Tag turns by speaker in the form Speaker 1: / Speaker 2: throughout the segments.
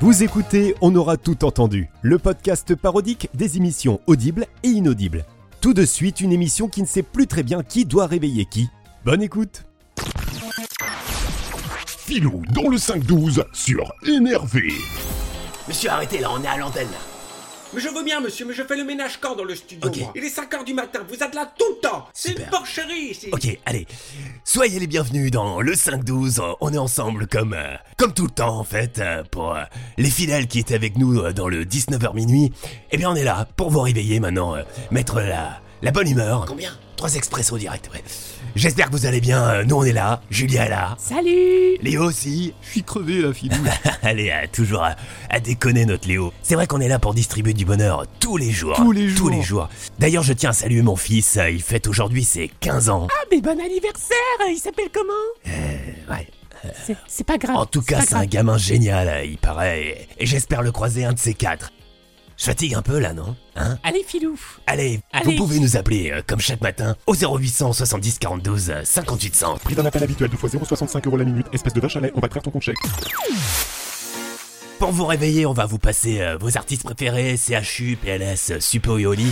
Speaker 1: Vous écoutez On aura tout entendu, le podcast parodique des émissions audibles et inaudibles. Tout de suite, une émission qui ne sait plus très bien qui doit réveiller qui. Bonne écoute
Speaker 2: Filou dans le 5-12 sur Énervé.
Speaker 3: Monsieur, arrêtez là, on est à l'antenne. là.
Speaker 4: Mais je veux bien, monsieur, mais je fais le ménage quand dans le studio
Speaker 3: Ok.
Speaker 4: moi Il est 5h du matin, vous êtes là tout le temps C'est une
Speaker 3: Super.
Speaker 4: porcherie ici
Speaker 3: Ok, allez. Soyez les bienvenus dans le 5-12. Euh, On est ensemble comme, euh, comme tout le temps, en fait, euh, pour euh, les fidèles qui étaient avec nous euh, dans le 19h minuit. Eh bien, on est là pour vous réveiller maintenant, euh, mettre la, la bonne humeur.
Speaker 4: Combien
Speaker 3: Trois expressos direct, ouais. J'espère que vous allez bien. euh, Nous, on est là. Julia est là.
Speaker 5: Salut
Speaker 3: Léo aussi.
Speaker 6: Je suis crevé la filou.
Speaker 3: allez, euh, toujours à, à déconner, notre Léo. C'est vrai qu'on est là pour distribuer du bonheur tous les jours.
Speaker 6: Tous les
Speaker 3: Tous
Speaker 6: jours.
Speaker 3: les jours. D'ailleurs, je tiens à saluer mon fils. euh, Il fête aujourd'hui ses 15 ans.
Speaker 5: Ah, mais bon anniversaire euh, Il s'appelle comment
Speaker 3: Euh, Ouais.
Speaker 5: C'est- Ah, C'est pas grave.
Speaker 3: En tout cas,
Speaker 5: pas
Speaker 3: c'est un
Speaker 5: grave.
Speaker 3: gamin génial, euh, il paraît, et et j'espère le croiser un de ces quatre. Je fatigue un peu là, non Hein
Speaker 5: Allez, filou
Speaker 3: Allez, vous
Speaker 5: Allez.
Speaker 3: pouvez nous appeler, euh, comme chaque matin, au 0800 70 42 euh, 58 cents.
Speaker 2: Prix d'un appel habituel 2 fois 0,65 euros la minute, espèce de vache à lait, on va te faire ton compte chèque.
Speaker 3: Pour vous réveiller, on va vous passer euh, vos artistes préférés, CHU, PLS, euh, Super Yoli.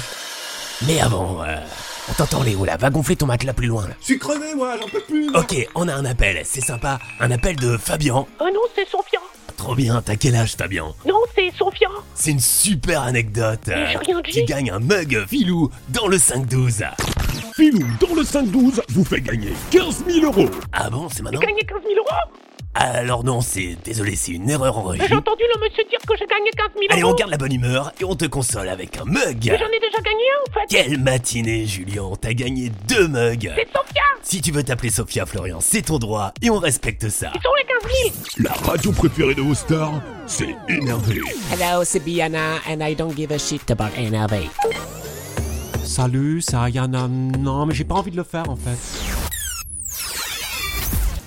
Speaker 3: Mais avant, euh, on t'entend Léo là, va gonfler ton matelas plus loin là.
Speaker 4: Je suis crevé moi, j'en peux plus
Speaker 3: Ok, on a un appel, c'est sympa, un appel de Fabian.
Speaker 5: Oh non, c'est Sophia
Speaker 3: Trop bien, t'as quel âge Fabian
Speaker 5: Non, c'est Sophia
Speaker 3: C'est une super anecdote. euh,
Speaker 5: j'ai rien
Speaker 3: tu
Speaker 5: dit.
Speaker 3: gagnes un mug filou dans le 5-12.
Speaker 2: Filou dans le 5-12 vous fait gagner 15 000 euros.
Speaker 3: Ah bon, c'est maintenant
Speaker 5: Gagné 15 000 euros
Speaker 3: Alors non, c'est désolé, c'est une erreur en régie.
Speaker 5: J'ai entendu le monsieur dire que j'ai gagné 15 000
Speaker 3: Allez, on
Speaker 5: euros
Speaker 3: garde la bonne humeur et on te console avec un mug.
Speaker 5: Mais j'en ai déjà gagné un, en fait
Speaker 3: Quelle matinée, Julien, t'as gagné deux mugs.
Speaker 5: C'est Sophia
Speaker 3: Si tu veux t'appeler Sophia Florian, c'est ton droit et on respecte ça.
Speaker 5: Ils sont les 15 000
Speaker 2: La radio préférée de vos stars, c'est Énervé.
Speaker 7: Hello, c'est Biana, and I don't give a shit about NRV.
Speaker 6: Salut, c'est Ariana. Non, mais j'ai pas envie de le faire en fait.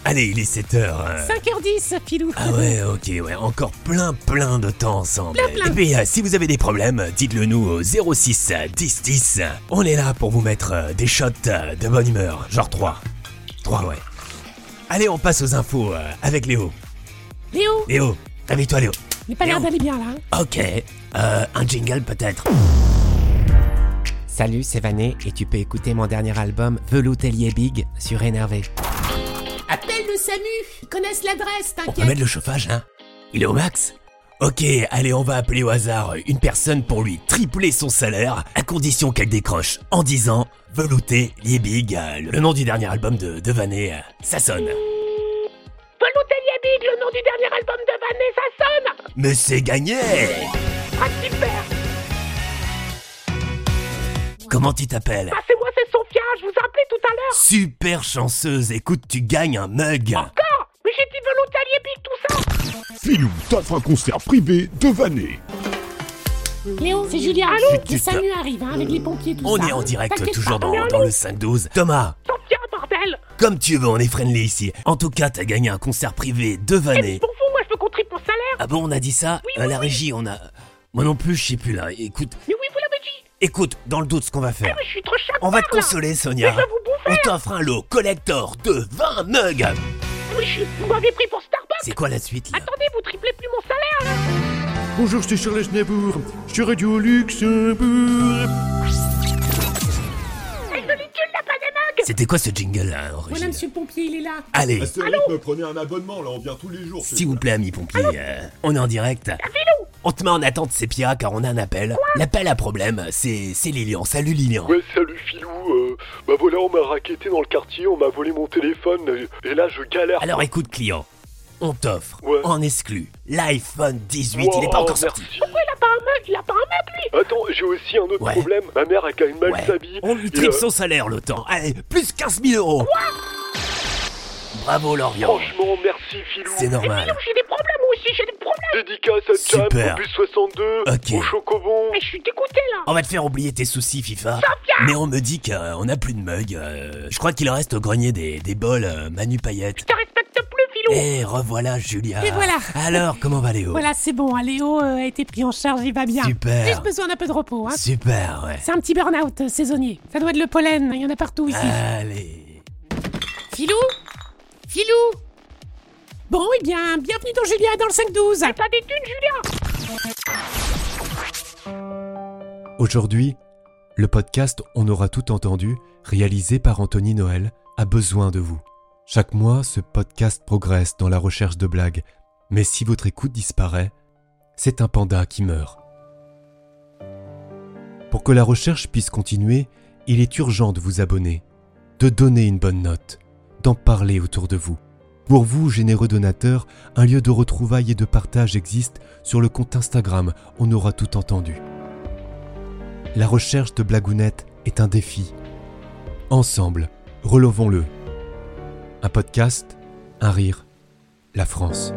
Speaker 3: Allez, il est 7 heures. hein.
Speaker 5: 5h10, filou
Speaker 3: Ah ouais, ok, ouais, encore plein plein de temps ensemble.
Speaker 5: plein.
Speaker 3: Et puis, euh, si vous avez des problèmes, euh, dites-le nous au 06 euh, 10 10. On est là pour vous mettre euh, des shots euh, de bonne humeur, genre 3. 3, ouais. Allez, on passe aux infos euh, avec Léo.
Speaker 5: Léo,
Speaker 3: Léo, réveille-toi Léo.
Speaker 5: il n'a pas l'air
Speaker 3: Léo.
Speaker 5: d'aller bien, là. hein.
Speaker 3: Ok, euh, un jingle peut-être.
Speaker 7: Salut, c'est Vanet, et tu peux écouter mon dernier album Veloutelier Big sur NRV.
Speaker 5: Appelle le SAMU Ils connaissent l'adresse,
Speaker 3: On va
Speaker 5: t'inquiète
Speaker 3: mettre le chauffage, hein Il est au max Ok, allez, on va appeler au hasard une personne pour lui tripler son salaire, à condition qu'elle décroche en disant Velouté Liebig, euh, le nom du dernier album de, de Vanet, euh, ça sonne.
Speaker 5: Veloutelier Big, le nom du dernier album de Vanessa sonne
Speaker 3: Mais c'est gagné
Speaker 5: Ah, super
Speaker 3: Comment tu t'appelles
Speaker 5: Ah, c'est moi, c'est Sophia, je vous appelais tout à l'heure
Speaker 3: Super chanceuse, écoute, tu gagnes un mug
Speaker 5: Encore Mais j'ai dit Veloutelier Big, tout ça
Speaker 2: Filou t'offre un concert privé de Vanet.
Speaker 5: Léo, c'est Julien.
Speaker 3: Chut,
Speaker 5: Allô
Speaker 3: chut.
Speaker 5: Le SAMU arrive, hein, avec les pompiers, tout
Speaker 3: On
Speaker 5: ça.
Speaker 3: est en direct,
Speaker 5: T'inquiète
Speaker 3: toujours
Speaker 5: pas,
Speaker 3: dans,
Speaker 5: on est en
Speaker 3: dans le
Speaker 5: ligne.
Speaker 3: 5-12. Thomas,
Speaker 5: Sophia, bordel
Speaker 3: comme tu veux, on est friendly ici. En tout cas, t'as gagné un concert privé de Vanet.
Speaker 5: Pour vous, moi, je veux qu'on triple mon salaire
Speaker 3: Ah bon, on a dit ça Euh, La régie, on a... Moi non plus, je sais plus là. Écoute,
Speaker 5: Mais oui, vous l'avez dit
Speaker 3: écoute, dans le doute, ce qu'on va faire.
Speaker 5: Je suis trop chère
Speaker 3: On va te consoler, Sonia.
Speaker 5: Mais je vais vous bouffer.
Speaker 3: On t'offre un lot collector de 20 mugs.
Speaker 5: Oui, je suis... Vous m'avez pris pour Starbucks
Speaker 3: C'est quoi la suite là
Speaker 5: Attendez, vous triplez plus mon salaire, là
Speaker 6: Bonjour, c'est Charles Aznavour. Je suis Radio Luxembourg.
Speaker 5: Et Eh, je lui tue la panamague
Speaker 3: C'était quoi ce jingle là, en régie
Speaker 5: Voilà, monsieur le pompier, il est là
Speaker 3: Allez,
Speaker 2: rythme, prenez un abonnement, là on vient tous les jours.
Speaker 3: s'il vous plaît, ami pompier, euh, on est en direct. On te met en attente, Sepia, car on a un appel. L'appel à problème, c'est c'est Lilian. Salut Lilian.
Speaker 8: Ouais, salut Filou. euh, bah voilà, on m'a raquetté dans le quartier, on m'a volé mon téléphone, euh, et là je galère.
Speaker 3: Alors écoute, client, on t'offre
Speaker 8: Ouais.
Speaker 3: en exclu l'iPhone 18. il
Speaker 8: Wow,
Speaker 3: n'est pas encore sorti.
Speaker 8: merci.
Speaker 5: Il a pas un mug, il a pas un mug, lui
Speaker 8: Attends, j'ai aussi un autre
Speaker 3: Ouais.
Speaker 8: problème. Ma mère, elle gagne mal
Speaker 3: Ouais.
Speaker 8: sa vie.
Speaker 3: On lui
Speaker 8: et,
Speaker 3: triple
Speaker 8: euh,
Speaker 3: son salaire le temps. Allez, plus 15 000 euros. Bravo Lorian.
Speaker 8: Franchement, merci Filou.
Speaker 3: C'est normal.
Speaker 5: Non, j'ai des problèmes, moi aussi, j'ai des problèmes
Speaker 8: Dédicace à Jam,
Speaker 3: Super.
Speaker 8: au bus 62,
Speaker 3: Ok.
Speaker 8: au Chocobon.
Speaker 5: Mais je suis dégoûté, là
Speaker 3: On va te faire oublier tes soucis FIFA. Mais on me dit qu'on n'a plus de mug. euh, je crois qu'il reste au grenier des, des bols euh, Manu Payette.
Speaker 5: Je te respecte plus, Filou
Speaker 3: Eh, revoilà Julia.
Speaker 5: Et voilà.
Speaker 3: Alors, comment va Léo
Speaker 5: Voilà, c'est bon, hein, Léo euh, a été pris en charge, il va bien.
Speaker 3: Super.
Speaker 5: Juste besoin d'un peu de repos, hein
Speaker 3: Super, ouais.
Speaker 5: c'est un petit burn-out euh, saisonnier. Ça doit être le pollen, hein, il y en
Speaker 3: Ah.
Speaker 5: a partout ici.
Speaker 3: Allez.
Speaker 5: Filou Filou
Speaker 9: Bon, eh bien, bienvenue dans Julien dans le 5-12
Speaker 5: T'as des thunes, Julien
Speaker 1: Aujourd'hui, le podcast On aura tout entendu, réalisé par Anthony Noël, a besoin de vous. Chaque mois, ce podcast progresse dans la recherche de blagues, mais si votre écoute disparaît, c'est un panda qui meurt. Pour que la recherche puisse continuer, il est urgent de vous abonner, de donner une bonne note, d'en parler autour de vous. Pour vous, généreux donateurs, un lieu de retrouvailles et de partage existe sur le compte Instagram On aura tout entendu. La recherche de blagounettes est un défi. Ensemble, relevons-le. Un podcast, un rire, la France.